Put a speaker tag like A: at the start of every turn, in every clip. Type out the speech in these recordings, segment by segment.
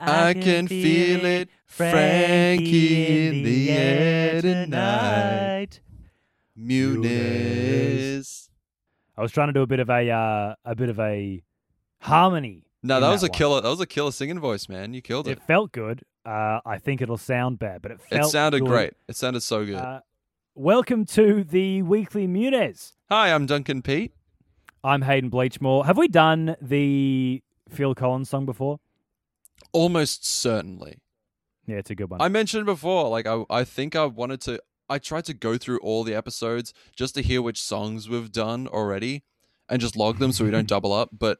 A: I can feel it, Frankie, in the air tonight. Munis.
B: I was trying to do a bit of a uh, a bit of a harmony.
A: No,
B: in
A: that was a
B: one.
A: killer. That was a killer singing voice, man. You killed it.
B: It felt good. Uh, I think it'll sound bad, but it
A: It,
B: felt
A: sounded
B: good.
A: great. It sounded so good.
B: Uh, welcome to the weekly Muniz.
A: Hi, I'm Duncan Pete.
B: I'm Hayden Bleachmore. Have we done the Phil Collins song before?
A: Almost certainly.
B: Yeah, it's a good one.
A: I mentioned before, like I, I think I wanted to. I tried to go through all the episodes just to hear which songs we've done already, and just log them so we don't double up. But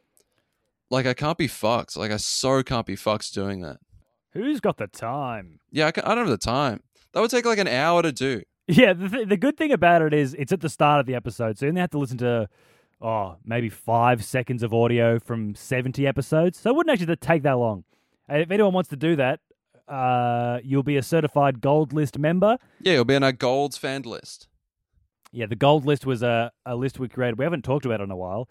A: like, I can't be fucked. Like, I so can't be fucked doing that.
B: Who's got the time?
A: Yeah, I, can, I don't have the time. That would take like an hour to do.
B: Yeah, the, th- the good thing about it is it's at the start of the episode, so you only have to listen to, oh, maybe five seconds of audio from 70 episodes. So it wouldn't actually take that long. And if anyone wants to do that, uh, you'll be a certified gold list member.
A: Yeah, it'll be on our Golds fan list.
B: Yeah, the gold list was a, a list we created. We haven't talked about it in a while,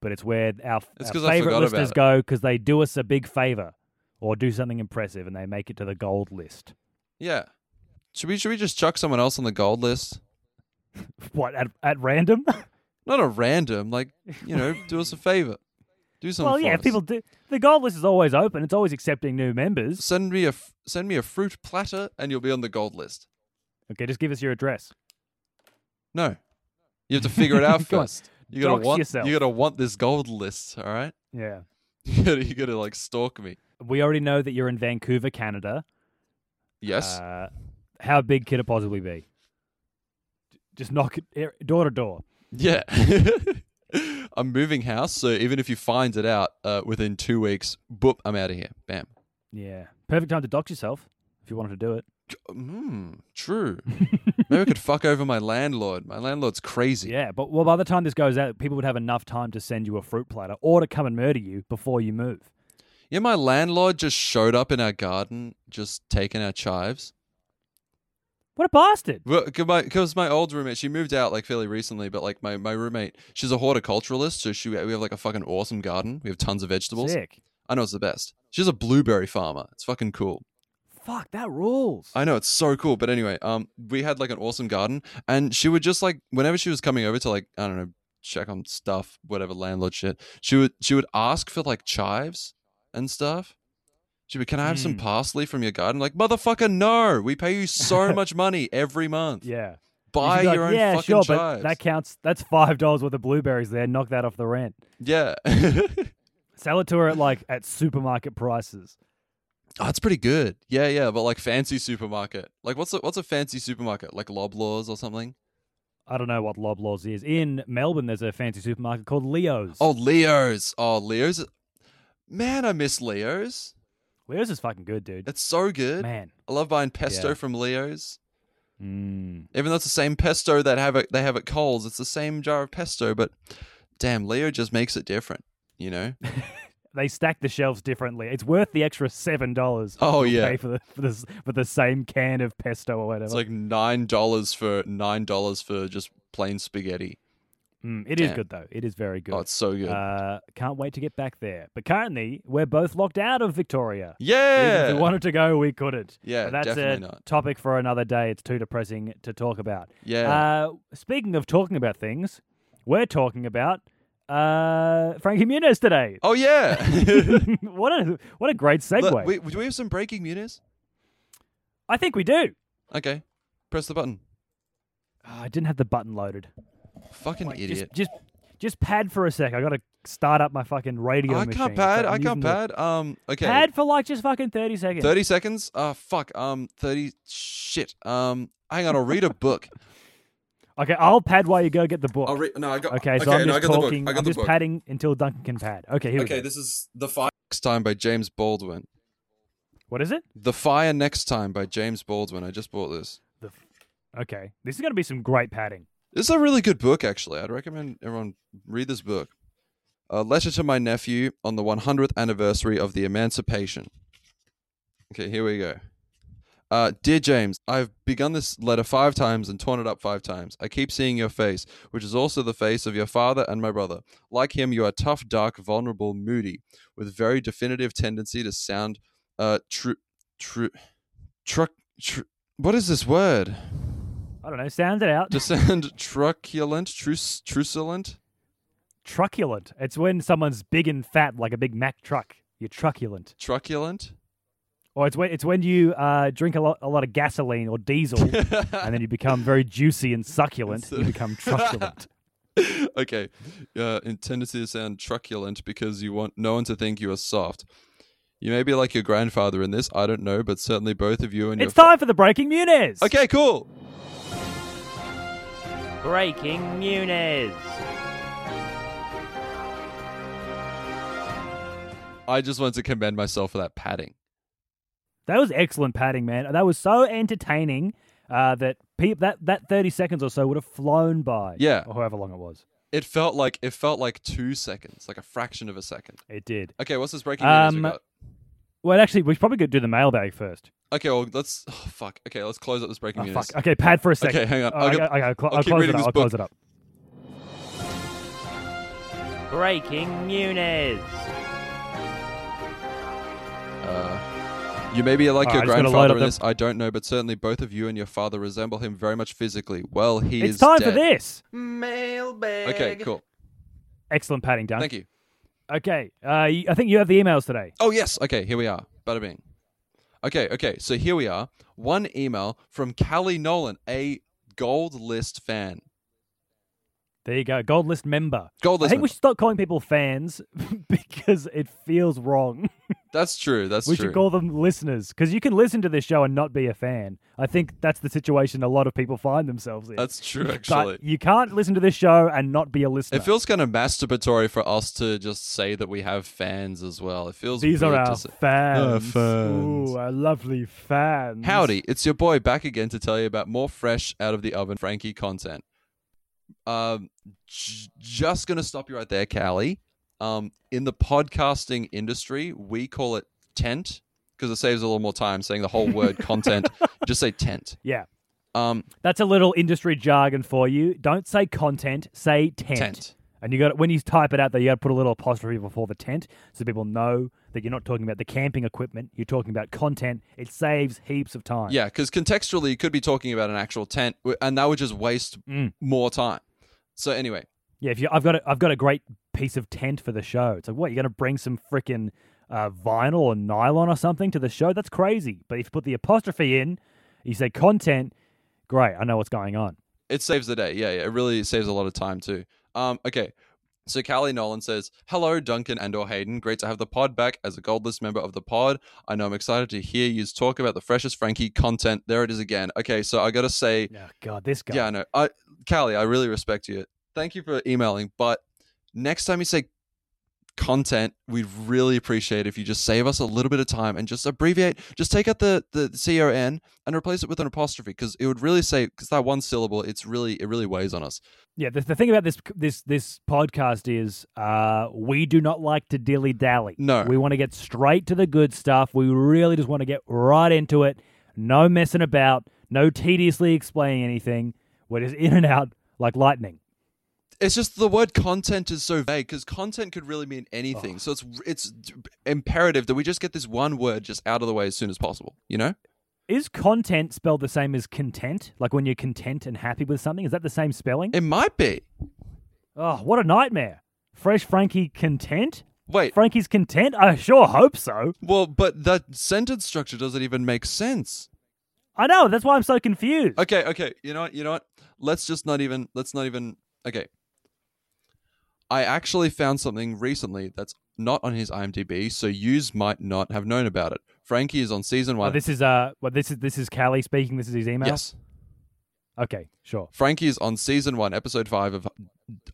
B: but it's where our,
A: It's
B: our
A: 'cause I
B: favorite
A: forgot about
B: listeners
A: it.
B: go because they do us a big favor or do something impressive and they make it to the gold list.
A: Yeah. Should we should we just chuck someone else on the gold list?
B: What, at, at random?
A: Not a random, like you know, do us a favor, do something.
B: well, yeah,
A: for
B: if
A: us.
B: people do. The gold list is always open, it's always accepting new members.
A: send me a f- send me a fruit platter, and you'll be on the gold list.
B: Okay, just give us your address.
A: No, you have to figure it out
B: Go on.
A: first. You gotta
B: Dox
A: want
B: yourself.
A: you gotta want this gold list. All right,
B: Yeah.
A: you gotta, you gotta like stalk me.
B: We already know that you're in Vancouver, Canada.
A: Yes,
B: Uh, how big could it possibly be? J- Just knock it er, door to door.
A: yeah. I'm moving house, so even if you find it out uh, within two weeks, boop, I'm out of here. Bam.
B: Yeah. Perfect time to dox yourself if you wanted to do it.
A: Mm, true. Maybe I could fuck over my landlord. My landlord's crazy.
B: Yeah, but well, by the time this goes out, people would have enough time to send you a fruit platter or to come and murder you before you move.
A: Yeah, my landlord just showed up in our garden, just taking our chives.
B: What a bastard!
A: Because my, 'cause my old roommate, she moved out like fairly recently, but like my, my roommate, she's a horticulturalist, so she we have like a fucking awesome garden. We have tons of vegetables.
B: Sick.
A: I know it's the best. She's a blueberry farmer. It's fucking cool.
B: Fuck, that rules.
A: I know it's so cool, but anyway, um, we had like an awesome garden, and she would just like whenever she was coming over to like I don't know check on stuff, whatever landlord shit, she would she would ask for like chives and stuff. She'd be, "Can I have some
B: Mm.
A: parsley from your garden?" Like motherfucker, no, we pay you so much money every month.
B: yeah. You
A: Buy
B: should be
A: your
B: like,
A: own
B: yeah,
A: fucking
B: sure, but
A: chives.
B: that counts. That's five dollars worth of blueberries there. Knock that off the rent.
A: yeah,
B: Sell it to her at like at supermarket prices.
A: oh, it's pretty good. Yeah, yeah, but like fancy supermarket. Like what's a, what's a fancy supermarket? Like Loblaws or something?
B: I don't know what Loblaws is. In Melbourne, there's a fancy supermarket called Leo's.
A: Oh, Leo's. Oh, Leo's. Man, I miss Leo's.
B: Leo's is fucking good, dude.
A: It's so good.
B: Man.
A: I love buying pesto
B: Yeah.
A: from Leo's.
B: Mm.
A: Even though it's the same pesto that have it, they have at Coles, it's the same jar of pesto, but damn, Leo just makes it different, you know?
B: They stack the shelves differently. It's worth the extra seven dollars.
A: Oh, yeah.
B: Pay for the for the s- for the same can of pesto or whatever.
A: It's like nine dollars for nine dollars for just plain spaghetti.
B: Mm, it is
A: Damn.
B: good though. It is very good.
A: Oh, it's so good.
B: Uh, can't wait to get back there. But currently, we're both locked out of Victoria. Even if
A: yeah.
B: we wanted to go, we couldn't.
A: Yeah,
B: But that's a
A: definitely not.
B: topic for another day. It's too depressing to talk about.
A: yeah.
B: Uh, speaking of talking about things, we're talking about uh, Frankie Muniz today.
A: oh yeah.
B: what a what a great segue!
A: Look, we, do we have some breaking news?
B: I think we do.
A: Okay. Press the button.
B: Oh, I didn't have the button loaded.
A: Fucking
B: Wait,
A: idiot.
B: Just, just just pad for a sec. I gotta start up my fucking radio.
A: I
B: machine.
A: can't
B: It's
A: pad.
B: like
A: I
B: I'm
A: can't
B: using the-
A: pad. Um okay.
B: Pad for like just fucking thirty seconds.
A: 30 seconds? Uh fuck. Um 30 shit. Um hang on, I'll read a book.
B: Okay, I'll pad while you go get the book.
A: I'll read no, I got
B: okay, so I'm
A: no,
B: just
A: I got
B: talking.
A: the book. I got
B: I'm
A: the
B: just
A: book.
B: padding until Duncan can pad. Okay, here
A: okay,
B: we go.
A: this is The Fire Next Time by James Baldwin.
B: What is it?
A: The Fire Next Time by James Baldwin. I just bought this.
B: The f- okay, this is gonna be some great padding.
A: This is a really good book, actually. I'd recommend everyone read this book. A letter to my nephew on the 100th anniversary of the Emancipation. Okay, here we go. Uh, Dear James, I've begun this letter five times and torn it up five times. I keep seeing your face, which is also the face of your father and my brother. Like him, you are tough, dark, vulnerable, moody, with very definitive tendency to sound Uh, true, true, truck. Tr- what is this word?
B: I don't know. Sounds it out.
A: To sound truculent, truce, truculent.
B: truculent. It's when someone's big and fat, like a big Mack truck. You're truculent.
A: truculent.
B: Or it's when it's when you uh, drink a lot a lot of gasoline or diesel, and then you become very juicy and succulent.
A: Instead
B: You
A: of-
B: become truculent.
A: okay, uh, in tendency to sound truculent because you want no one to think you are soft. You may be like your grandfather in this. I don't know, but certainly both of you and
B: it's
A: your.
B: time for the breaking Muniz.
A: okay, cool.
C: Breaking Muniz.
A: I just wanted to commend myself for that padding.
B: That was excellent padding, man. That was so entertaining uh, that peop that that thirty seconds or so would have flown by.
A: Yeah.
B: or however long it was.
A: It felt like it felt like two seconds, like a fraction of a second.
B: It did.
A: Okay, what's this breaking news we
B: Um,
A: got?
B: Well, actually, we should probably could do the mailbag first.
A: Okay, well let's. Oh, fuck. Okay, let's close up this breaking
B: Oh,
A: news.
B: fuck. Okay, pad for a second.
A: Okay, hang on.
B: Oh,
A: I'll
B: okay,
A: go-
B: okay, I'll, cl-
A: I'll
B: I'll
A: keep
B: close it
A: reading
B: up.
A: this
B: I'll
A: book.
B: close it up.
C: Breaking Muniz.
A: Uh, you may be like
B: All
A: your
B: right, I just gotta load
A: grandfather
B: up
A: in
B: the-
A: this. I don't know, but certainly both of you and your father resemble him very much physically. Well, he
B: It's
A: is
B: time
A: dead.
B: for this.
C: Mailbag.
A: Okay, cool.
B: Excellent padding done.
A: Thank you.
B: Okay, uh, you- I think you have the emails today.
A: Oh yes. Okay, here we are. Bada bing. Okay, okay. So here we are. One email from Callie Nolan, a gold list fan.
B: There you go, gold list member. I
A: Gold list.
B: think we
A: member.
B: should stop calling people fans because it feels wrong.
A: That's true. That's
B: we
A: true.
B: should call them listeners because you can listen to this show and not be a fan. I think that's the situation a lot of people find themselves in.
A: That's true. Actually.
B: but you can't listen to this show and not be a listener.
A: It feels kind of masturbatory for us to just say that we have fans as well. It feels
B: These are
A: weird to
B: our
A: say-
B: fans.
A: fans.
B: Ooh, our lovely fans.
A: Howdy, it's your boy back again to tell you about more fresh out of the oven Frankie content. Um, j- just gonna stop you right there, Callie. Um, in the podcasting industry, we call it tent because it saves a little more time saying the whole word content. Just say tent.
B: Yeah,
A: Um,
B: that's a little industry jargon for you. Don't say content, say tent.
A: tent.
B: And you got when you type it out though, you got to put a little apostrophe before the tent so people know that you're not talking about the camping equipment. You're talking about content. It saves heaps of time.
A: Yeah, because contextually, you could be talking about an actual tent, w- and that would just waste
B: Mm.
A: more time. So anyway,
B: Yeah, if you, I've got a, I've got a great piece of tent for the show. It's like, what? You're going to bring some freaking uh, vinyl or nylon or something to the show? That's crazy. But if you put the apostrophe in, you say content. Great, I know what's going on.
A: it saves the day. Yeah, yeah, it really saves a lot of time too. Um, okay. So Callie Nolan says, "Hello, Duncan and or Hayden. Great to have the pod back as a gold list member of the pod. I know I'm excited to hear you talk about the freshest Frankie content. There it is again. Okay, so I gotta say,
B: Oh God, this guy.
A: yeah, I know. I, Callie, I really respect you. Thank you for emailing. But next time you say content, we'd really appreciate if you just save us a little bit of time and just abbreviate. Just take out the the C O N and replace it with an apostrophe because it would really say because that one syllable, it's really it really weighs on us.
B: Yeah, the, the thing about this this this podcast is uh, we do not like to dilly dally.
A: No.
B: we want to get straight to the good stuff. We really just want to get right into it. No messing about. No tediously explaining anything. We're just in and out like lightning.
A: It's just the word content is so vague because content could really mean anything. So it's it's imperative that we just get this one word just out of the way as soon as possible. You know?
B: Is content spelled the same as content? Like when you're content and happy with something, is that the same spelling?
A: It might be.
B: oh, what a nightmare! Fresh Frankie content.
A: Wait,
B: Frankie's content. I sure hope so.
A: well, but that sentence structure doesn't even make sense.
B: I know that's why I'm so confused.
A: Okay, okay. You know what? You know what? Let's just not even. Let's not even. Okay. I actually found something recently that's not on his IMDb, so yous might not have known about it. Frankie is on season
B: Oh,
A: one.
B: this is uh, well, this is this is Callie speaking. This is his email.
A: yes.
B: Okay, sure.
A: Frankie is on season one, episode five of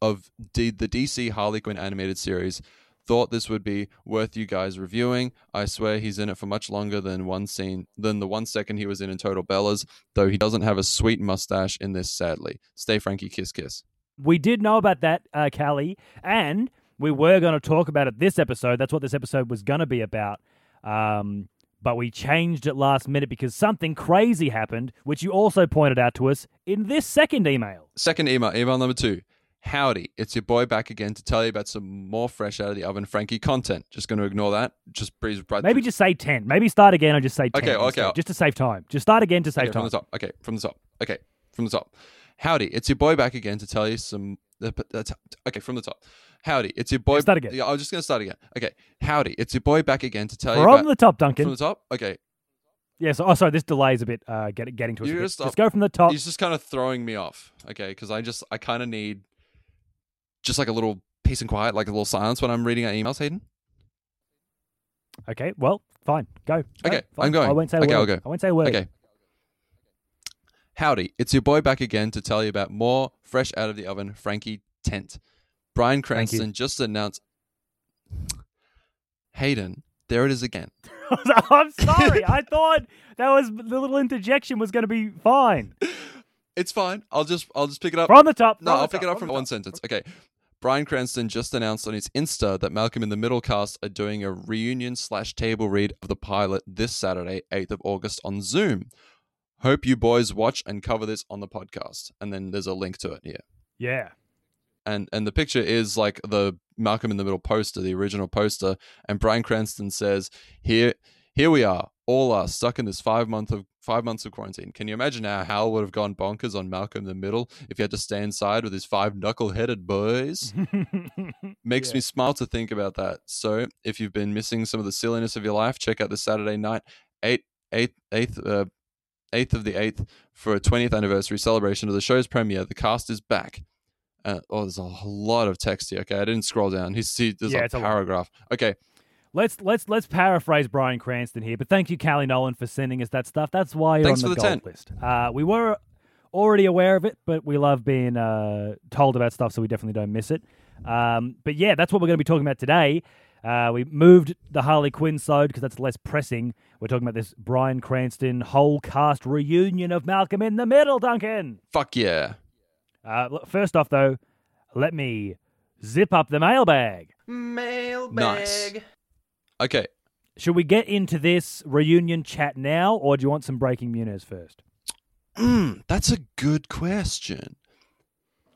A: of D- the DC Harley Quinn animated series. Thought this would be worth you guys reviewing. I swear he's in it for much longer than one scene than the one second he was in in Total Bellas, though he doesn't have a sweet mustache in this. Sadly, stay Frankie, kiss kiss.
B: We did know about that, uh, Callie, and we were going to talk about it this episode. That's what this episode was going to be about. Um, but we changed it last minute because something crazy happened, which you also pointed out to us in this second email.
A: Second email, email number two. Howdy, it's your boy back again to tell you about some more fresh out of the oven Frankie content. Just going to ignore that. Just breeze right
B: Maybe just say 10. Maybe start again and just say 10.
A: Uh, Okay, okay.
B: instead, Just to save time. Just start again to save
A: Okay,
B: time.
A: from the top. Okay, from the top. Okay, from the top. Howdy, it's your boy back again to tell you some. the- the- Okay, from the top. Howdy, it's your boy.
B: start again.
A: Yeah, I was just gonna start again. Okay, howdy, it's your boy back again to tell you
B: From
A: about
B: the top,
A: Uh, from
B: Duncan.
A: the top. Okay,
B: Yeah, so, oh, sorry, this delay is a bit uh, get, getting to us. a
A: You
B: bit.
A: just stop.
B: Let's go from the top.
A: he's just kind of throwing me off. Okay, because I just I kind of need just like a little peace and quiet, like a little silence when I'm reading our emails, Hayden.
B: Okay, well, fine. Go. Go.
A: Okay,
B: Fine.
A: I'm going.
B: I won't say a
A: Okay,
B: word.
A: I'll go.
B: I won't say a word.
A: Okay. Howdy, it's your boy back again to tell you about more fresh out of the oven Frankie Tent. Brian
B: Thank you.
A: Cranston just announced Hayden, there it is again.
B: I'm sorry. I thought that was the little interjection was going to be fine.
A: It's fine. I'll just I'll just pick it up.
B: From the top.
A: Uh, no,
B: from the
A: I'll pick
B: top,
A: it up from
B: the
A: one
B: top.
A: sentence. Okay. Brian Cranston just announced on his Insta that Malcolm in the Middle cast are doing a reunion slash table read of the pilot this Saturday, 8th of August on Zoom. Hope you boys watch and cover this on the podcast. And then there's a link to it here.
B: Yeah.
A: and and the picture is like the Malcolm in the Middle poster, the original poster, and Brian Cranston says, "Here, here we are, all are stuck in this five month of five months of quarantine. Can you imagine how Hal would have gone bonkers on Malcolm in the Middle if he had to stay inside with his five knuckle headed boys?" Makes
B: Yeah.
A: me smile to think about that. So, if you've been missing some of the silliness of your life, check out this Saturday night, eight eighth eighth. Uh, 8th of the 8th for a 20th anniversary celebration of the show's premiere. The cast is back. Uh, oh, there's a lot of text here. Okay, I didn't scroll down. He's, he, there's
B: Yeah,
A: a
B: it's a lot.
A: paragraph. Okay,
B: Let's let's let's paraphrase Brian Cranston here, but thank you, Callie Nolan, for sending us that stuff. That's why you're
A: Thanks
B: on the,
A: for the
B: gold list. Uh, we were already aware of it, but we love being uh, told about stuff, so we definitely don't miss it. Um, but yeah, that's what we're going to be talking about today. Uh, we moved the Harley Quinn side because that's less pressing. We're talking about this Brian Cranston whole cast reunion of Malcolm in the Middle, Duncan.
A: fuck yeah.
B: Uh, l- first off, though, let me zip up the mailbag.
C: Mailbag.
A: Nice. Okay,
B: Should we get into this reunion chat now, or do you want some breaking Muniz first?
A: mm, that's a good question.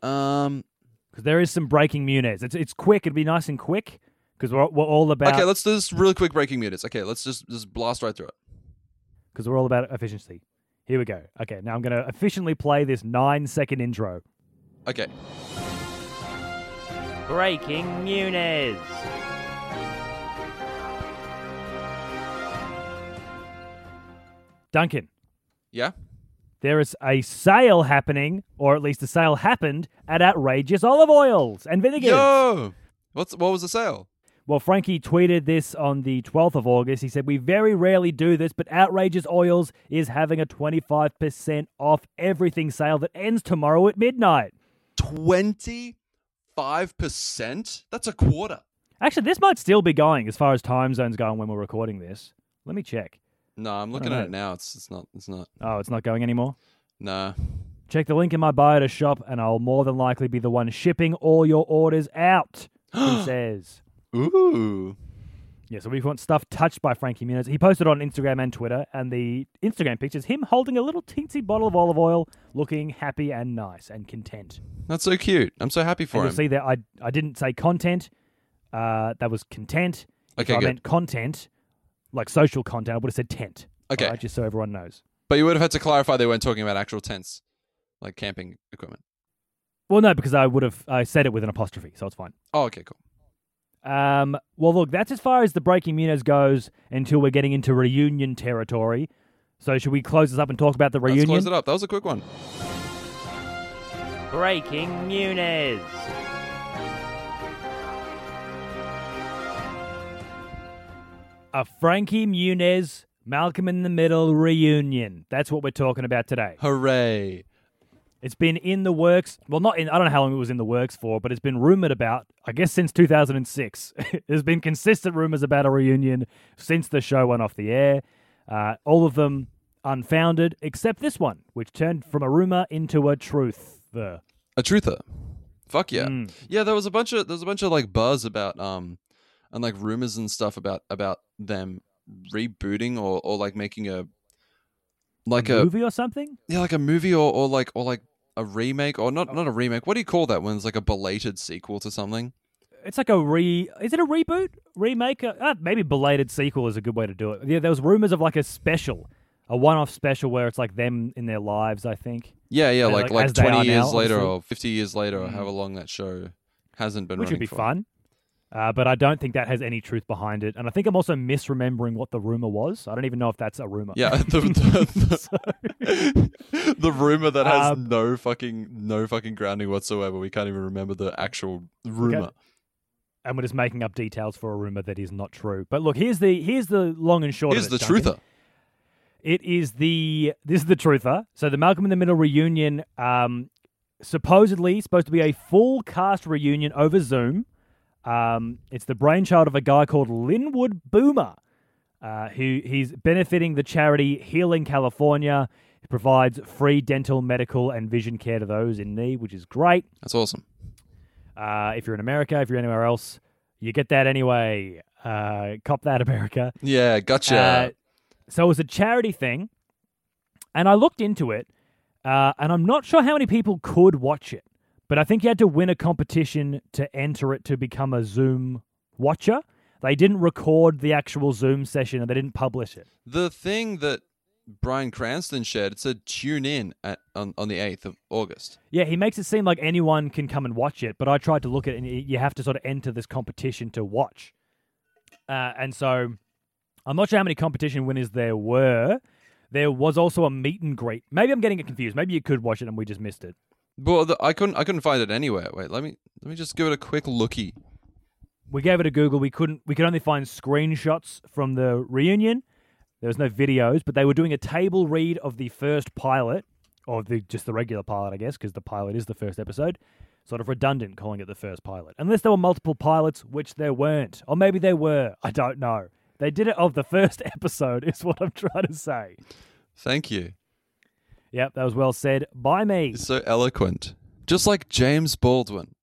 A: Um,
B: Because there is some breaking Muniz. It's it's quick. It'd be nice and quick because we're we're all about
A: okay, let's do this really quick breaking minutes. Okay, let's just just blast right through it.
B: because we're all about efficiency. Here we go. Okay, now I'm going to efficiently play this nine second intro.
A: Okay,
C: Breaking Muniz.
B: Duncan,
A: yeah,
B: there is a sale happening, or at least the sale happened at outrageous olive oils and vinegars.
A: yo, what's what was the sale?
B: Well, Frankie tweeted this on the 12th of August. He said, We very rarely do this, but Outrageous Oils is having a 25% off everything sale that ends tomorrow at midnight.
A: Twenty five percent. That's a quarter.
B: Actually, this might still be going as far as time zones going when we're recording this. Let me check.
A: No, I'm looking at it now. It's it's not it's not.
B: Oh, it's not going anymore.
A: Nah.
B: Check the link in my bio to shop, and I'll more than likely be the one shipping all your orders out. He says.
A: Ooh.
B: Yeah, so we want stuff touched by Frankie Muniz. He posted on Instagram and Twitter, and the Instagram pictures him holding a little teensy bottle of olive oil, looking happy and nice and content.
A: That's so cute. I'm so happy
B: And
A: for
B: you'll
A: him.
B: see that I I didn't say content. Uh, that was content. If
A: Okay,
B: I
A: good.
B: meant content, like social content. I would have said tent.
A: Okay.
B: Alright, just so everyone knows.
A: But you would have had to clarify they weren't talking about actual tents, like camping equipment.
B: Well, no, because I would have I said it with an apostrophe, so it's fine.
A: Oh, okay, cool.
B: Um, well, look, that's as far as the breaking Muniz goes until we're getting into reunion territory. So should we close this up and talk about the reunion?
A: Let's close it up. That was a quick one.
C: Breaking Muniz.
B: A Frankie Muniz, Malcolm in the Middle reunion. That's what we're talking about today.
A: Hooray.
B: It's been in the works. Well, not in, I don't know how long it was in the works for, but it's been rumored about, I guess, since 2006. There's been consistent rumors about a reunion since the show went off the air. Uh, all of them unfounded, except this one, which turned from a rumor into a truth. The
A: A truther. Fuck yeah.
B: Mm.
A: Yeah, there was a bunch of there was a bunch of like buzz about um and like rumors and stuff about about them rebooting or or like making a like a,
B: movie or something?
A: yeah, like a movie or or like or like a remake or
B: Oh.
A: not not a remake. What do you call that when it's like a belated sequel to something?
B: It's like a re. Is it a reboot? Remake? Uh, ah, maybe belated sequel is a good way to do it. Yeah, there was rumors of like a special, a one-off special where it's like them in their lives. I think,
A: Yeah, yeah,
B: Yeah,
A: like
B: like
A: like
B: As They Are
A: twenty years
B: Now,
A: later
B: obviously. Mm.
A: or fifty years later or however long that show hasn't been
B: which would
A: running
B: be
A: for.
B: fun. Uh, but I don't think that has any truth behind it, and I think I'm also misremembering what the rumor was. I don't even know if that's a rumor.
A: Yeah, the, the, the, the rumor that has
B: Um,
A: no fucking no fucking grounding whatsoever. We can't even remember the actual rumor.
B: and we're just making up details for a rumor that is not true. But look, here's the here's the long and short.
A: Here's
B: of
A: the
B: it, Duncan.
A: truther.
B: It is the this is the truther. So the Malcolm in the Middle reunion, um, supposedly supposed to be a full cast reunion over Zoom. Um, it's the brainchild of a guy called Linwood Boomer, uh, who he's benefiting the charity Healing California. It provides free dental, medical, and vision care to those in need, which is great.
A: That's awesome.
B: Uh, if you're in America, if you're anywhere else, you get that anyway. Uh, cop that, America.
A: Yeah, gotcha.
B: Uh, so it was a charity thing, and I looked into it, uh, and I'm not sure how many people could watch it, but I think you had to win a competition to enter it to become a Zoom watcher. They didn't record the actual Zoom session and they didn't publish it.
A: the thing that Brian Cranston shared, it said tune in at on, on the eighth of August.
B: Yeah, he makes it seem like anyone can come and watch it, but I tried to look at it, and y- you have to sort of enter this competition to watch. Uh, and so I'm not sure how many competition winners there were. There was also a meet and greet. Maybe I'm getting it confused. Maybe you could watch it and we just missed it.
A: Well, the, I couldn't I couldn't find it anywhere. Wait, let me let me just give it a quick looky.
B: We gave it a Google. We couldn't. We could only find screenshots from the reunion. There was no videos, but they were doing a table read of the first pilot, or the just the regular pilot, I guess, because the pilot is the first episode. Sort of redundant calling it the first pilot, unless there were multiple pilots, which there weren't, or maybe there were. I don't know. They did it of the first episode, is what I'm trying to say.
A: Thank you.
B: Yep, that was well said by me.
A: He's so eloquent, just like James Baldwin.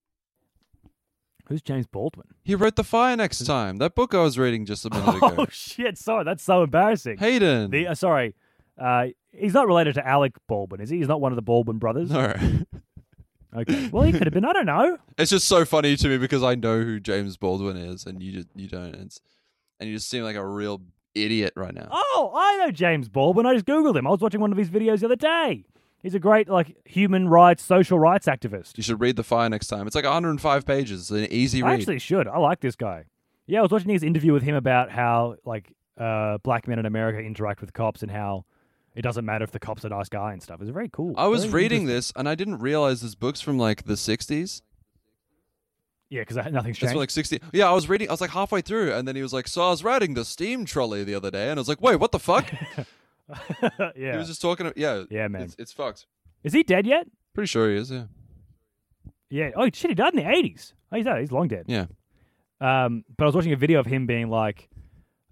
B: Who's James Baldwin?
A: He wrote The Fire Next Time, that book I was reading just a minute
B: Oh
A: ago.
B: shit! Sorry, that's so embarrassing.
A: Hayden.
B: The uh, sorry, uh, he's not related to Alec Baldwin, is he? He's not one of the Baldwin brothers.
A: no.
B: Okay. Well, he could have been. I don't know.
A: It's just so funny to me because I know who James Baldwin is and you just, you don't. It's, and you just seem like a real idiot right now.
B: Oh, I know James Baldwin. I just googled him. I was watching one of his videos the other day. He's a great like human rights, social rights activist.
A: You should read The Fire Next Time. It's like 105 pages. It's an easy
B: I
A: read.
B: actually should. I like this guy. Yeah, I was watching his interview with him about how like uh, black men in America interact with cops and how it doesn't matter if the cop's a nice guy and stuff. It's very cool.
A: I was
B: Very
A: reading
B: interesting.
A: this and I didn't realize this book's from like the 60s.
B: Yeah, because nothing's
A: It's
B: changed.
A: from like 60. Yeah, I was reading, I was like halfway through and then he was like, So I was riding the steam trolley the other day and I was like, Wait, what the fuck?
B: yeah.
A: He was just talking. Yeah.
B: Yeah, man.
A: It's, it's fucked.
B: Is he dead yet?
A: Pretty sure he is, yeah.
B: Yeah. Oh shit, he died in the eighties. Oh, he's, he's long dead.
A: Yeah.
B: Um, but I was watching a video of him being like,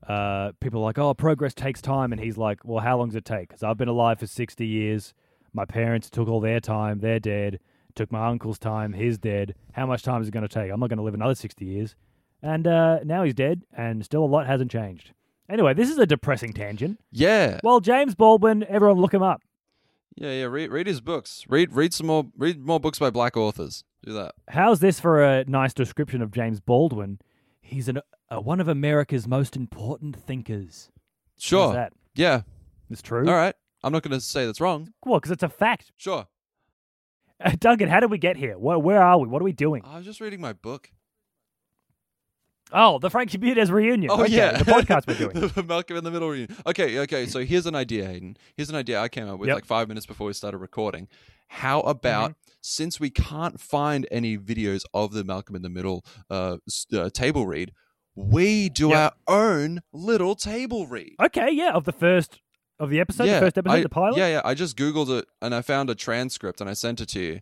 B: uh, people are like, oh, progress takes time. And he's like, well, how long does it take? Because I've been alive for 60 years. My parents took all their time. They're dead. Took my uncle's time. He's dead. How much time is it going to take? I'm not going to live another 60 years. And uh, now he's dead, and still a lot hasn't changed. Anyway, this is a depressing tangent.
A: Yeah.
B: Well, James Baldwin, everyone look him up.
A: Yeah, yeah. Read, read his books. Read read some more read more books by black authors. Do that.
B: How's this for a nice description of James Baldwin? He's an, uh, one of America's most important thinkers. How's
A: Sure.
B: that?
A: Yeah.
B: It's true.
A: All right. I'm not going to say that's wrong.
B: Well, because it's a fact.
A: Sure.
B: Uh, Duncan, how did we get here? Where, where are we? What are we doing?
A: I was just reading my book.
B: Oh, the Frankie Beardes reunion.
A: Oh
B: Okay,
A: yeah,
B: the podcast we're doing.
A: the Malcolm in the Middle reunion. Okay, okay. So here's an idea, Hayden. Here's an idea I came up with
B: Yep. Mm-hmm.
A: like five minutes before we started recording. How about since we can't find any videos of the Malcolm in the Middle uh, s- uh, table read, we do
B: Yep.
A: our own little table read.
B: Okay, yeah, of the first of the episode, the first episode,
A: I-
B: the pilot.
A: Yeah, yeah. I just googled it and I found a transcript and I sent it to you.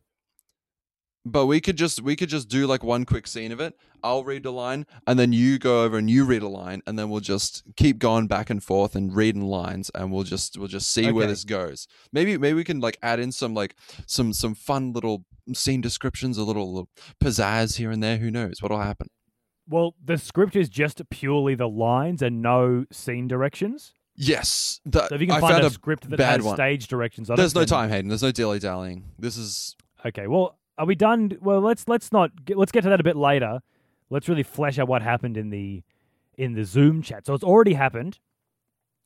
A: But we could just we could just do like one quick scene of it. I'll read a line and then you go over and you read a line and then we'll just keep going back and forth and reading lines and we'll just we'll just see where
B: Okay.
A: this goes. Maybe maybe we can like add in some like some some fun little scene descriptions, a little, little pizzazz here and there. Who knows what'll happen?
B: Well, the script is just purely the lines and no scene directions.
A: Yes. That,
B: So if you can
A: I
B: find
A: found
B: a,
A: a
B: script that
A: bad
B: has
A: one.
B: stage directions on it,
A: There's no
B: then-
A: time, Hayden. There's no dilly dallying. This is
B: Okay, well, are we done? Well, let's let's not get, let's get to that a bit later. Let's really flesh out what happened in the in the Zoom chat. So it's already happened.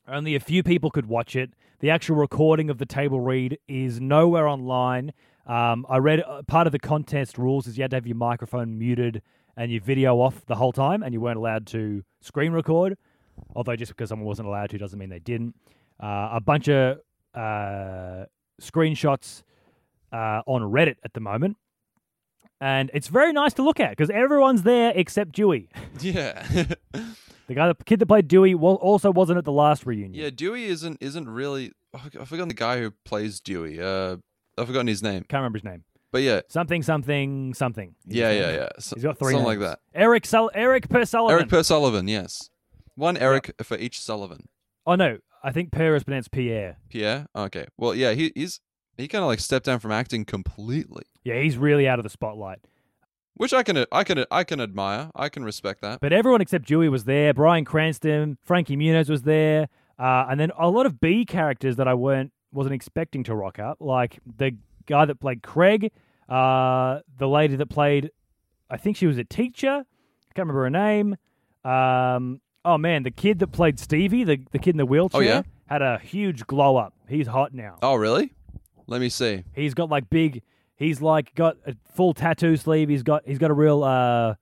B: Only a few people could watch it. The actual recording of the table read is nowhere online. Um, I read uh, part of the contest rules is you had to have your microphone muted and your video off the whole time, and you weren't allowed to screen record. Although just because someone wasn't allowed to doesn't mean they didn't. Uh, a bunch of uh, screenshots uh, on Reddit at the moment. And it's very nice to look at because everyone's there except Dewey.
A: yeah.
B: The guy, the kid that played Dewey, wa- also wasn't at the last reunion.
A: yeah, Dewey isn't isn't really I've I've forgotten the guy who plays Dewey. Uh I've forgotten his name.
B: Can't remember his name.
A: But yeah.
B: Something, something, something.
A: Yeah, yeah, yeah. So-
B: He's got three
A: Something like
B: names.
A: that.
B: Eric, Sul- Eric Per Sullivan.
A: Eric Per Sullivan, yes. One Eric for each Sullivan.
B: oh no, I think Per is pronounced Pierre.
A: Pierre? Okay. Well, yeah, he, he's he kind of like stepped down from acting completely.
B: Yeah, he's really out of the spotlight.
A: Which I can I can I can admire. I can respect that.
B: But everyone except Dewey was there. Brian Cranston, Frankie Muniz was there, uh, and then a lot of B characters that I weren't wasn't expecting to rock up, like the guy that played Craig, uh, the lady that played, I think she was a teacher. I can't remember her name. Um, oh man, the kid that played Stevie, the the kid in the wheelchair,
A: Oh, yeah?
B: had a huge glow up. He's hot now.
A: Oh, really? Let me see.
B: He's got like big. He's like got a full tattoo sleeve. He's got he's got a real uh,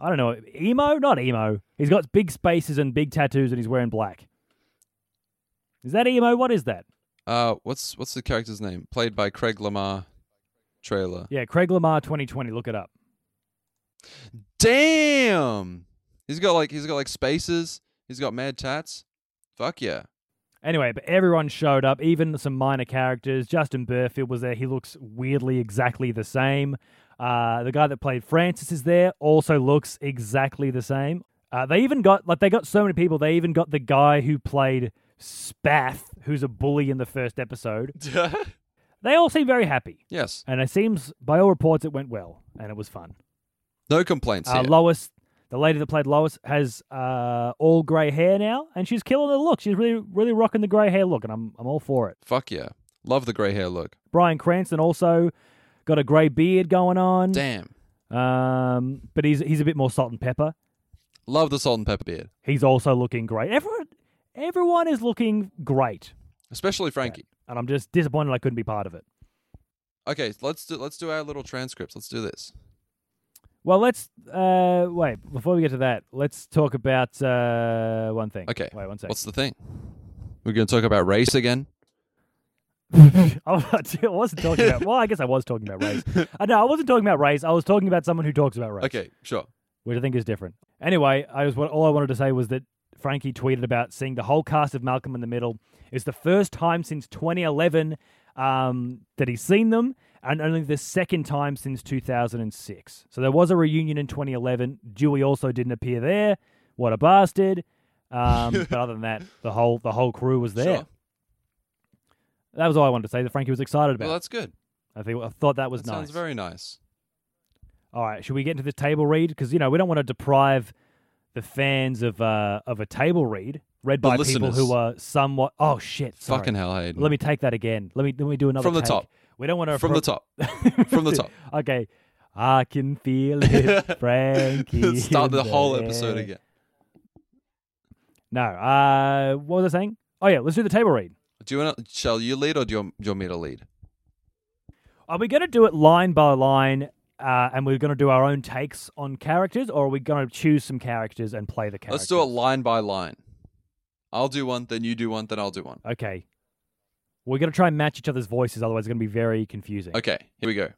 B: I don't know emo, not emo. He's got big spaces and big tattoos, and he's wearing black. Is that emo? What is that?
A: Uh, what's what's the character's name? Played by Craig Lamar. Trailer.
B: Yeah, Craig Lamar, twenty twenty. Look it up.
A: Damn. He's got like he's got like spaces. He's got mad tats. Fuck yeah.
B: Anyway, but everyone showed up, even some minor characters. Justin Burfield was there. He looks weirdly exactly the same. Uh, the guy that played Francis is there, also looks exactly the same. Uh, they even got like they got so many people. They even got the guy who played Spath, who's a bully in the first episode. They all seem very happy,
A: yes.
B: and it seems by all reports it went well and it was fun.
A: No complaints
B: Uh,
A: here.
B: Lois, the lady that played Lois, has uh, all grey hair now, and she's killing the look. She's really, really rocking the grey hair look, and I'm, I'm all for it.
A: Fuck yeah. Love the grey hair look.
B: Brian Cranston also got a grey beard going on.
A: Damn.
B: Um, but he's he's a bit more salt and pepper.
A: Love the salt and pepper beard,
B: He's also looking great. Everyone everyone is looking great,
A: especially Frankie.
B: and I'm just disappointed I couldn't be part of it.
A: Okay, let's do let's do our little transcripts. Let's do this.
B: Well, let's uh, wait before we get to that. Let's talk about uh, one thing.
A: Okay.
B: wait one second.
A: What's the thing? We're gonna talk about race again.
B: I wasn't talking about. Well, I guess I was talking about race. Uh, no, I wasn't talking about race. I was talking about someone who talks about race.
A: Okay, sure.
B: which I think is different. Anyway, I was what all I wanted to say was that Frankie tweeted about seeing the whole cast of Malcolm in the Middle. It's the first time since 2011 um, that he's seen them, and only the second time since 2006. So there was a reunion in 2011. Dewey also didn't appear there. What a bastard! Um, but other than that, the whole the whole crew was there.
A: Sure.
B: That was all I wanted to say. That Frankie was excited about.
A: Well, that's good.
B: I think I thought that was
A: That
B: nice.
A: sounds very nice.
B: All right, should we get into this table read? Because you know we don't want to deprive the fans of uh, of a table read read
A: The
B: by people
A: listeners.
B: who are somewhat. Oh shit! Sorry.
A: Fucking hell, Hayden.
B: Let me take that again. Let me let me do another
A: From the
B: take.
A: top.
B: We don't want to
A: from the top. From the top.
B: okay, I can feel it, Frankie.
A: Start
B: in
A: the whole episode
B: air.
A: again.
B: No, uh, what was I saying? Oh yeah, let's do the table read.
A: Do you want? to Shall you lead or do you, want- do you want me to lead?
B: Are we going to do it line by line, uh, and we're going to do our own takes on characters, or are we going to choose some characters and play the characters?
A: Let's do it line by line. I'll do one, then you do one, then I'll do one.
B: Okay. We're going to try and match each other's voices, otherwise, it's going to be very confusing.
A: Okay, here we go.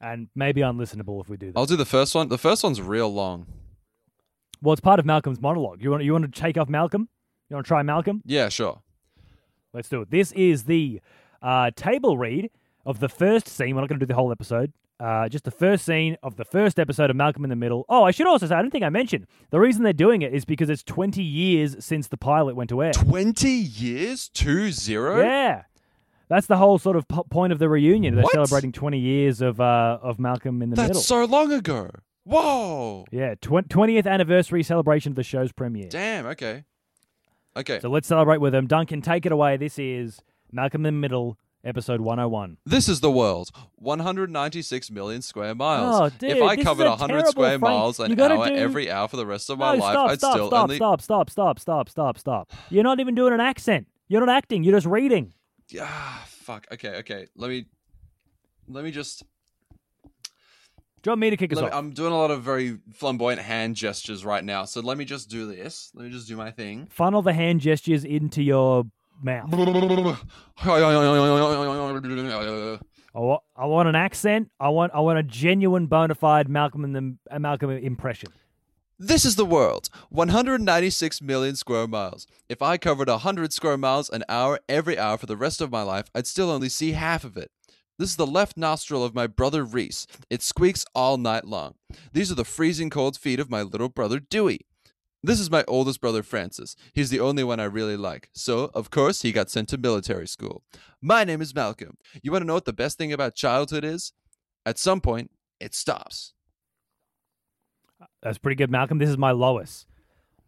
B: And maybe unlistenable if we do that.
A: I'll do the first one. The first one's real long.
B: Well, it's part of Malcolm's monologue. You want, you want to take off Malcolm? You want to try Malcolm?
A: Yeah, sure.
B: Let's do it. This is the uh, table read of the first scene. We're not going to do the whole episode. Uh, just the first scene of the first episode of Malcolm in the Middle. Oh, I should also say, I don't think I mentioned the reason they're doing it is because it's 20 years since the pilot went to air.
A: Twenty years, two zero.
B: Yeah. That's the whole sort of po- point of the reunion. They're
A: What?
B: celebrating 20 years of uh, of Malcolm in the
A: That's
B: Middle.
A: so long ago. Whoa.
B: Yeah, twen- 20th anniversary celebration of the show's premiere.
A: Damn. Okay. Okay.
B: So let's celebrate with them. Duncan, take it away. This is Malcolm in the Middle, episode 101.
A: This is the world, 196 million square miles.
B: Oh, dude,
A: if I
B: this is
A: covered
B: a
A: 100
B: terrible
A: square
B: frame.
A: miles
B: You
A: an
B: gotta
A: hour
B: do-
A: every hour for the rest of my
B: no,
A: life,
B: stop,
A: I'd
B: stop,
A: still
B: stop,
A: only.
B: stop, stop, stop, stop, stop, stop. You're not even doing an accent. You're not acting. You're just reading.
A: Ah, fuck. Okay, okay. Let me. Let me just.
B: Do you want me to kick us
A: let me-
B: off?
A: I'm doing a lot of very flamboyant hand gestures right now, so let me just do this. Let me just do my thing.
B: Funnel the hand gestures into your mouth. I wa- I want an accent. I want I want a genuine bona fide Malcolm in the uh, Malcolm impression.
A: This is the world, 196 million square miles. If I covered 100 square miles an hour every hour for the rest of my life, I'd still only see half of it. This is the left nostril of my brother Reese. It squeaks all night long. These are the freezing cold feet of my little brother Dewey. This is my oldest brother Francis. He's the only one I really like. So, of course, he got sent to military school. My name is Malcolm. You want to know what the best thing about childhood is? At some point, it stops.
B: That's pretty good, Malcolm. This is my lowest.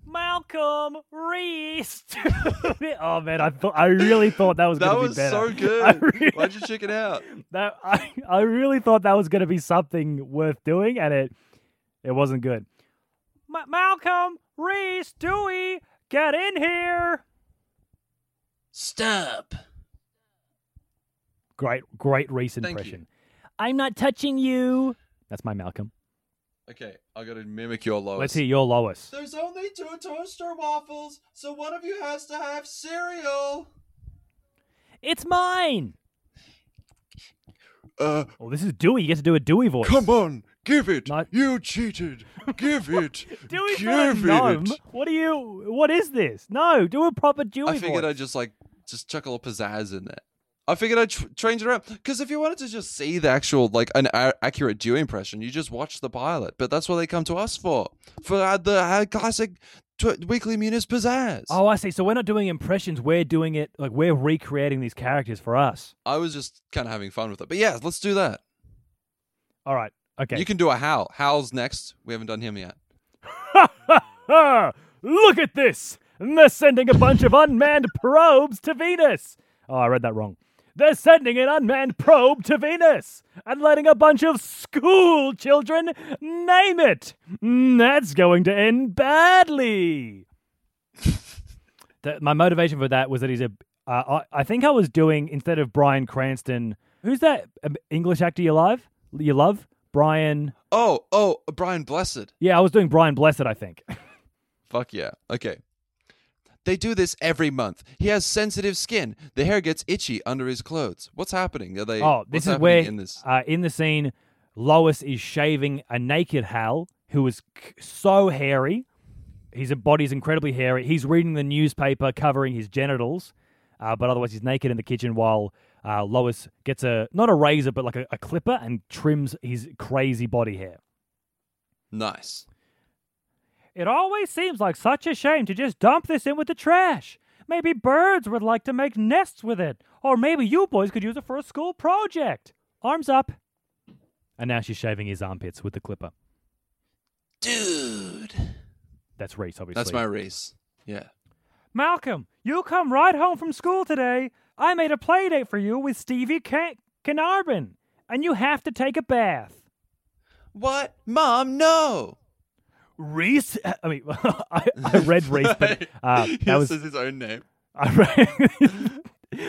B: Malcolm Reese. oh man, I thought I really thought that was
A: That
B: gonna
A: was
B: be better.
A: so
B: I
A: good.
B: really-
A: Why'd you check it out?
B: that I, I really thought that was going to be something worth doing, and it it wasn't good. Ma- Malcolm Reese Dewey, get in here!
A: Stop.
B: Great, great Reese
A: Thank you.
B: impression. I'm not touching you. That's my Malcolm.
A: Okay, I gotta mimic your lowest.
B: Let's hear your Lois.
A: There's only two toaster waffles, so one of you has to have cereal.
B: It's mine.
A: Uh,
B: Oh, this is Dewey. You get to do a Dewey voice.
A: on, give it.
B: Not-
A: You cheated. Give it.
B: Dewey's not a gnome. What are you? What is this? No, do a proper Dewey
A: I figured
B: voice.
A: I'd just like just chuck a little pizzazz in there. I figured I'd tr- change it around because if you wanted to just see the actual like an a- accurate Dewey impression, you just watch the pilot. But that's what they come to us for for uh, the uh, classic tw- weekly Munis pizzazz.
B: Oh, I see. So we're not doing impressions. We're doing it like we're recreating these characters for us.
A: I was just kind of having fun with it. But yeah, let's do that.
B: All right. Okay.
A: You can do a howl. Howl's next. We haven't done him yet.
B: Look at this! They're sending a bunch of unmanned probes to Venus! Oh, I read that wrong. They're sending an unmanned probe to Venus and letting a bunch of school children name it. Mm, That's going to end badly. That- my motivation for that was that he's a. Uh, I, I think I was doing instead of Brian Cranston. Who's that um, English actor you love? You love Brian?
A: Oh, oh, Brian Blessed.
B: Yeah, I was doing Brian Blessed. I think.
A: Fuck yeah. Okay. They do this every month. He has sensitive skin. The hair gets itchy under his clothes. What's happening? Are they?
B: Oh,
A: what's
B: this is
A: happening
B: where
A: in this.
B: Uh, in the scene, Lois is shaving a naked Hal who is k- so hairy. His body's incredibly hairy. He's reading the newspaper covering his genitals, uh, but otherwise he's naked in the kitchen while uh, Lois gets a not a razor but like a, a clipper and trims his crazy body hair.
A: Nice.
B: It always seems like such a shame to just dump this in with the trash. Maybe birds would like to make nests with it, or maybe you boys could use it for a school project. Arms up. And now she's shaving his armpits with the clipper.
A: Dude.
B: That's Reese, obviously.
A: That's my race. Yeah.
B: Malcolm, you come right home from school today. I made a play date for you with Stevie Can- Carnarvon, and you have to take a bath.
A: What? Mom, no.
B: Reese, I mean, I, I read Reese, but uh,
A: he
B: that was
A: says his own name.
B: I re-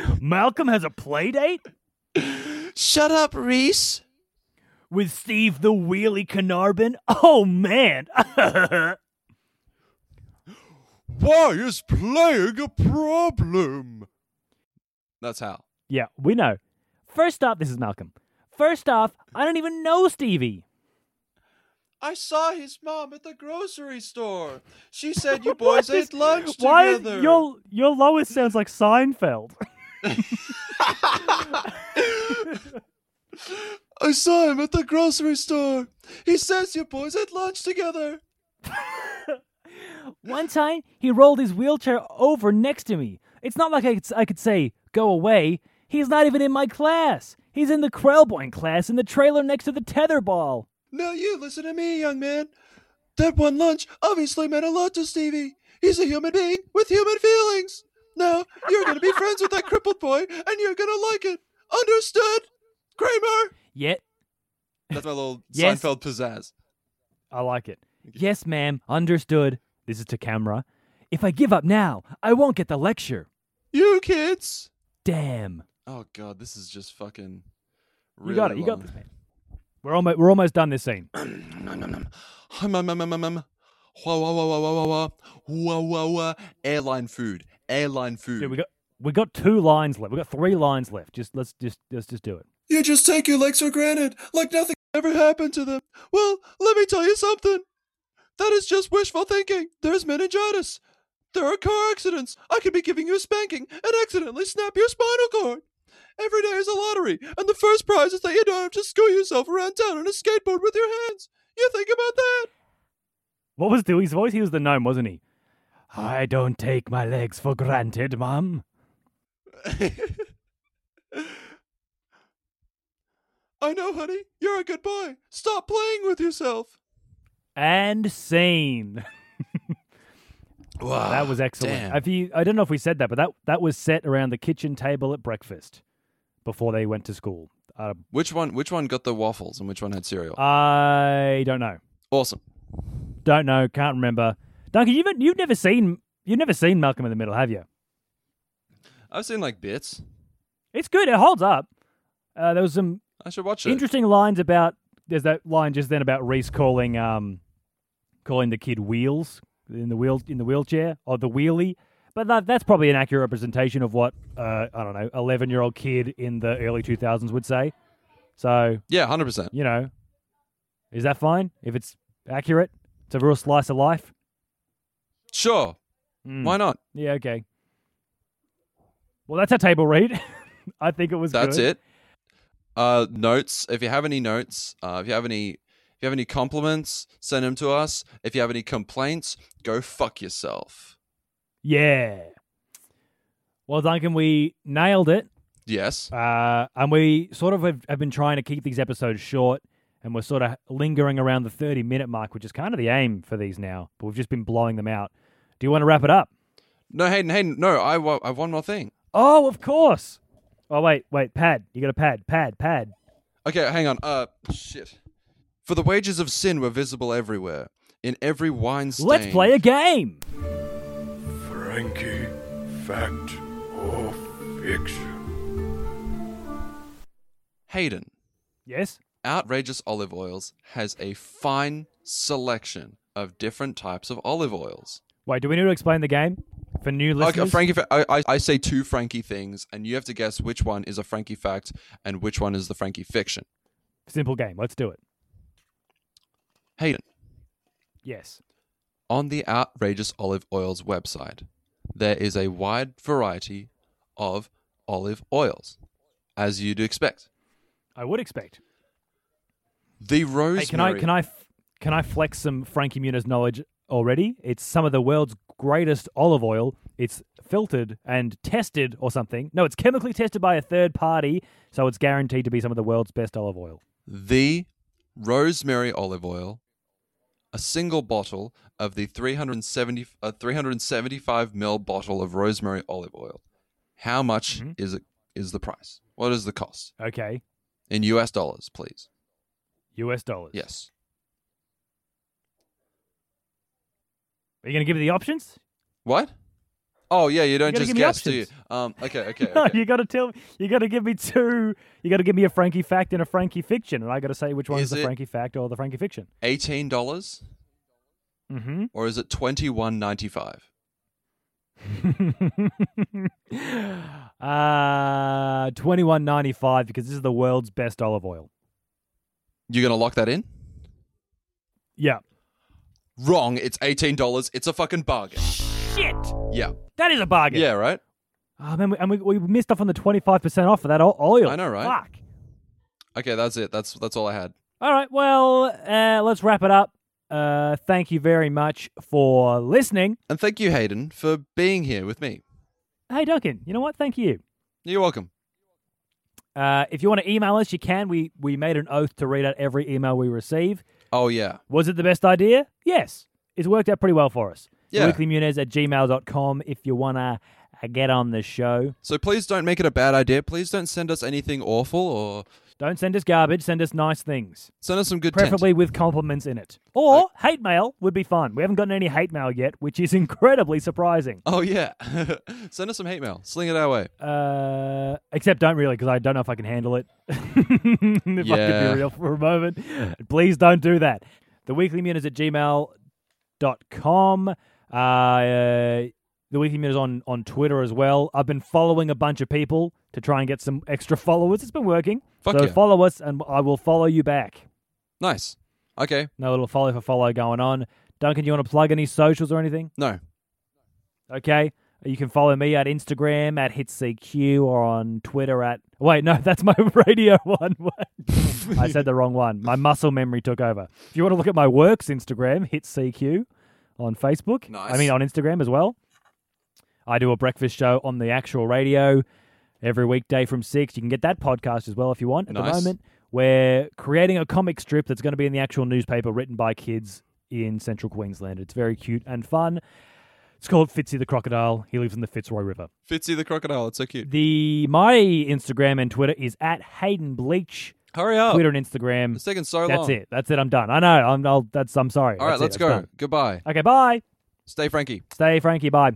B: Malcolm has a play date
A: Shut up, Reese.
B: with Steve the Wheelie Carnarvon? Oh, man.
A: Why is playing a problem? That's how.
B: yeah, we know. First off, this is Malcolm. First off, I don't even know Stevie.
A: I saw his mom at the grocery store. She said you boys
B: What is-
A: ate lunch
B: Why is-
A: together.
B: your, your Lois sounds like Seinfeld.
A: I saw him at the grocery store. He says you boys ate lunch together.
B: One time, he rolled his wheelchair over next to me. It's not like I could, I could say, go away. He's not even in my class. He's in the Krellboyne class in the trailer next to the tetherball.
A: Now you listen to me, young man. That one lunch obviously meant a lot to Stevie. He's a human being with human feelings. Now you're going to be friends with that crippled boy, and you're going to like it. Understood, Kramer.
B: Yet
A: That's my little
B: Yes.
A: Seinfeld pizzazz.
B: I like it. Yes, ma'am. Understood. This is to camera. If I give up now, I won't get the lecture.
A: You kids.
B: Damn.
A: Oh god, this is just fucking.
B: you got it. You got this, man. We're almost we're almost done this scene.
A: Hum, hum, hum, hum, hum, hum. Wah, wah, wah, wah, wah, wah, wah. Wah, wah, wah. Airline food. Airline food.
B: Dude, we got we got two lines left. We got three lines left. Just let's just let's just do it.
A: You just take your legs for granted, like nothing ever happened to them. Well, let me tell you something. That is just wishful thinking. There's meningitis. There are car accidents. I could be giving you a spanking and accidentally snap your spinal cord. Every day is a lottery, and the first prize is that you don't have to screw yourself around town on a skateboard with your hands. You think about that?
B: What was Dewey's voice? He was the gnome, wasn't he? I don't take my legs for granted, mum.
A: I know, honey. You're a good boy. Stop playing with yourself.
B: And scene.
A: Wow.
B: That was excellent. If you, I don't know if we said that, but that that was set around the kitchen table at breakfast before they went to school. Uh,
A: Which one? Which one got the waffles and which one had cereal?
B: I don't know.
A: awesome.
B: Don't know. Can't remember. Duncan, you've you've never seen you've never seen Malcolm in the Middle, have you?
A: I've seen like bits.
B: It's good. It holds up. Uh, there was some
A: I should watch it.
B: interesting lines about. There's that line just then about Reese calling um, calling the kid wheels in the wheel in the wheelchair or the wheelie. But that, that's probably an accurate representation of what uh, I don't know, eleven year old kid in the early two thousands would say. So
A: yeah, hundred percent.
B: you know, is that fine if it's accurate? It's a real slice of life.
A: Sure.
B: Mm.
A: Why not?
B: Yeah, okay. Well, that's a table read. I think it was.
A: That's
B: good.
A: it. Uh, notes. If you have any notes, uh, if you have any, if you have any compliments, send them to us. If you have any complaints, go fuck yourself.
B: Yeah. Well, Duncan, we nailed it.
A: Yes.
B: Uh, and we sort of have, have been trying to keep these episodes short, and we're sort of lingering around the 30 minute mark, which is kind of the aim for these now, but we've just been blowing them out. Do you want to wrap it up?
A: No, Hayden. Hayden. No, I wa- I have one more thing.
B: Oh, of course. Oh, wait, wait, pad. You got a pad, pad, pad.
A: Okay, hang on. Uh, shit. For the wages of sin were visible everywhere, in every wine stain.
B: Let's play a game.
D: Frankie, fact or fiction?
A: Hayden.
B: Yes.
A: Outrageous Olive Oils has a fine selection of different types of olive oils.
B: Wait, do we need to explain the game for new
A: Okay,
B: listeners?
A: Frankie, fa- I, I, I say two Frankie things, and you have to guess which one is a Frankie fact and which one is the Frankie fiction.
B: Simple game. Let's do it.
A: Hayden,
B: Yes.
A: on the Outrageous Olive Oils website, there is a wide variety of olive oils, as you'd expect.
B: I would expect.
A: The rosemary.
B: Hey, can I can I f- can I flex some Frankie Muniz knowledge already? It's some of the world's greatest olive oil. It's filtered and tested or something. No, it's chemically tested by a third party, so it's guaranteed to be some of the world's best olive oil.
A: the rosemary olive oil, a single bottle of the 370, uh, 375 mil bottle of rosemary olive oil. How much
B: Mhm.
A: is it? Is the price? What is the cost
B: Okay,
A: in U.S. dollars, please?
B: US dollars.
A: Yes.
B: Are you going to give me the options?
A: What? Oh yeah, you don't
B: gotta
A: just
B: give me
A: guess, do you?
B: options.
A: Um. Okay. Okay.
B: No,
A: okay.
B: you got to tell. You got to give me two. You got to give me a Frankie fact and a Frankie fiction, and I got to say which one is,
A: Is
B: the
A: it-
B: Frankie fact or the Frankie fiction.
A: Eighteen dollars,
B: Mm-hmm.
A: or is it twenty one ninety five?
B: uh, twenty one ninety five because this is the world's best olive oil.
A: You're gonna lock that in?
B: Yeah.
A: Wrong. It's eighteen dollars. It's a fucking bargain.
B: Shit,
A: Yeah.
B: that is a bargain.
A: Yeah. Right.
B: Oh, man, we- and we, we missed off on the twenty five percent off for that o- oil.
A: I know, right?
B: Fuck.
A: Okay. That's it. That's that's all I had.
B: All right. Well, uh, let's wrap it up. Uh, thank you very much for listening.
A: And thank you, Hayden, for being here with me.
B: Hey, Duncan. You know what? Thank you.
A: You're welcome.
B: Uh, if you want to email us, you can. We we made an oath to read out every email we receive.
A: Oh, yeah.
B: Was it the best idea? Yes. It's worked out pretty well for us.
A: Yeah.
B: weeklymunez at gmail.com if you want to get on the show.
A: So please don't make it a bad idea. Please don't send us anything awful or
B: Don't send us garbage, send us nice things,
A: send us some good tent.
B: preferably with compliments in it. Or hate mail would be fun. We haven't gotten any hate mail yet, which is incredibly surprising.
A: Oh yeah, send us some hate mail. Sling it our way.
B: Uh, except don't really, because I don't know if I can handle it. if I could
A: Yeah.
B: be real for a moment, please don't do that. The Weekly Minute is at gmail.com. Uh, the Weekly Minute is on, on Twitter as well. I've been following a bunch of people to try and get some extra followers. It's been working.
A: Fuck
B: so
A: yeah.
B: follow us, and I will follow you back.
A: Nice. Okay.
B: No little follow for follow going on. Duncan, do you want to plug any socials or anything?
A: No.
B: Okay. You can follow me at Instagram at HitCQ or on Twitter at. Wait, no, that's my radio one. What? I said the wrong one. My muscle memory took over. If you want to look at my works, Instagram, HitCQ on Facebook. I
A: Nice.
B: mean, on Instagram as well. I do a breakfast show on the actual radio every weekday from 6. You can get that podcast as well if you want. At the
A: Nice.
B: moment, we're creating a comic strip that's going to be in the actual newspaper written by kids in central Queensland. It's very cute and fun. It's called Fitzy the Crocodile. He lives in the Fitzroy River.
A: Fitzy the crocodile. It's so cute.
B: The my Instagram and Twitter is at Hayden Bleach.
A: Hurry up.
B: Twitter and Instagram.
A: Oh. It's taking so
B: That's
A: long.
B: it. That's it. I'm done. I know. I'm. I'll, that's. I'm sorry.
A: All right,
B: That's it.
A: let's
B: It's
A: go.
B: done.
A: Goodbye.
B: Okay. Bye.
A: Stay Frankie.
B: Stay, Frankie. Bye.